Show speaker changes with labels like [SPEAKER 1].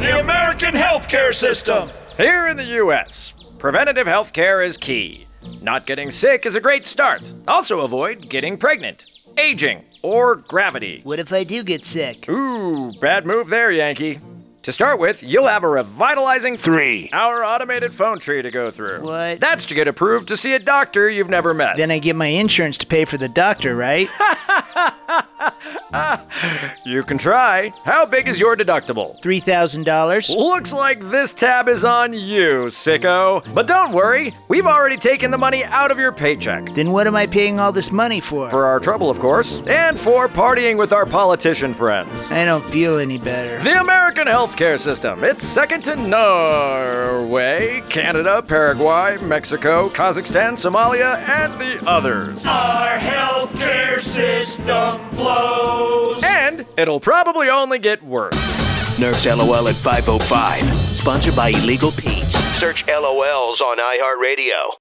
[SPEAKER 1] the American healthcare system.
[SPEAKER 2] Here in the US, preventative health care is key. Not getting sick is a great start. Also, avoid getting pregnant, aging, or gravity.
[SPEAKER 3] What if I do get sick?
[SPEAKER 2] Ooh, bad move there, Yankee. To start with, you'll have a revitalizing
[SPEAKER 4] Three.
[SPEAKER 2] hour automated phone tree to go through.
[SPEAKER 3] What?
[SPEAKER 2] That's to get approved to see a doctor you've never met.
[SPEAKER 3] Then I get my insurance to pay for the doctor, right?
[SPEAKER 2] you can try. How big is your deductible?
[SPEAKER 3] $3,000?
[SPEAKER 2] Looks like this tab is on you, sicko. But don't worry, we've already taken the money out of your paycheck.
[SPEAKER 3] Then what am I paying all this money for?
[SPEAKER 2] For our trouble, of course, and for partying with our politician friends.
[SPEAKER 3] I don't feel any better.
[SPEAKER 2] The American healthcare system. It's second to Norway, Canada, Paraguay, Mexico, Kazakhstan, Somalia, and the others.
[SPEAKER 1] Our healthcare system blows.
[SPEAKER 2] And it'll probably only get worse.
[SPEAKER 4] Nerf's LOL at 505. Sponsored by Illegal Pete's. Search LOLs on iHeartRadio.